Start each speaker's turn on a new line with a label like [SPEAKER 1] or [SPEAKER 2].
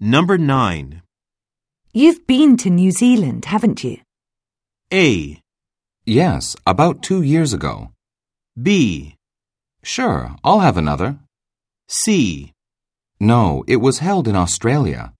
[SPEAKER 1] Number 9.
[SPEAKER 2] You've been to New Zealand, haven't you?
[SPEAKER 1] A.
[SPEAKER 3] Yes, about two years ago.
[SPEAKER 1] B.
[SPEAKER 3] Sure, I'll have another.
[SPEAKER 1] C.
[SPEAKER 3] No, it was held in Australia.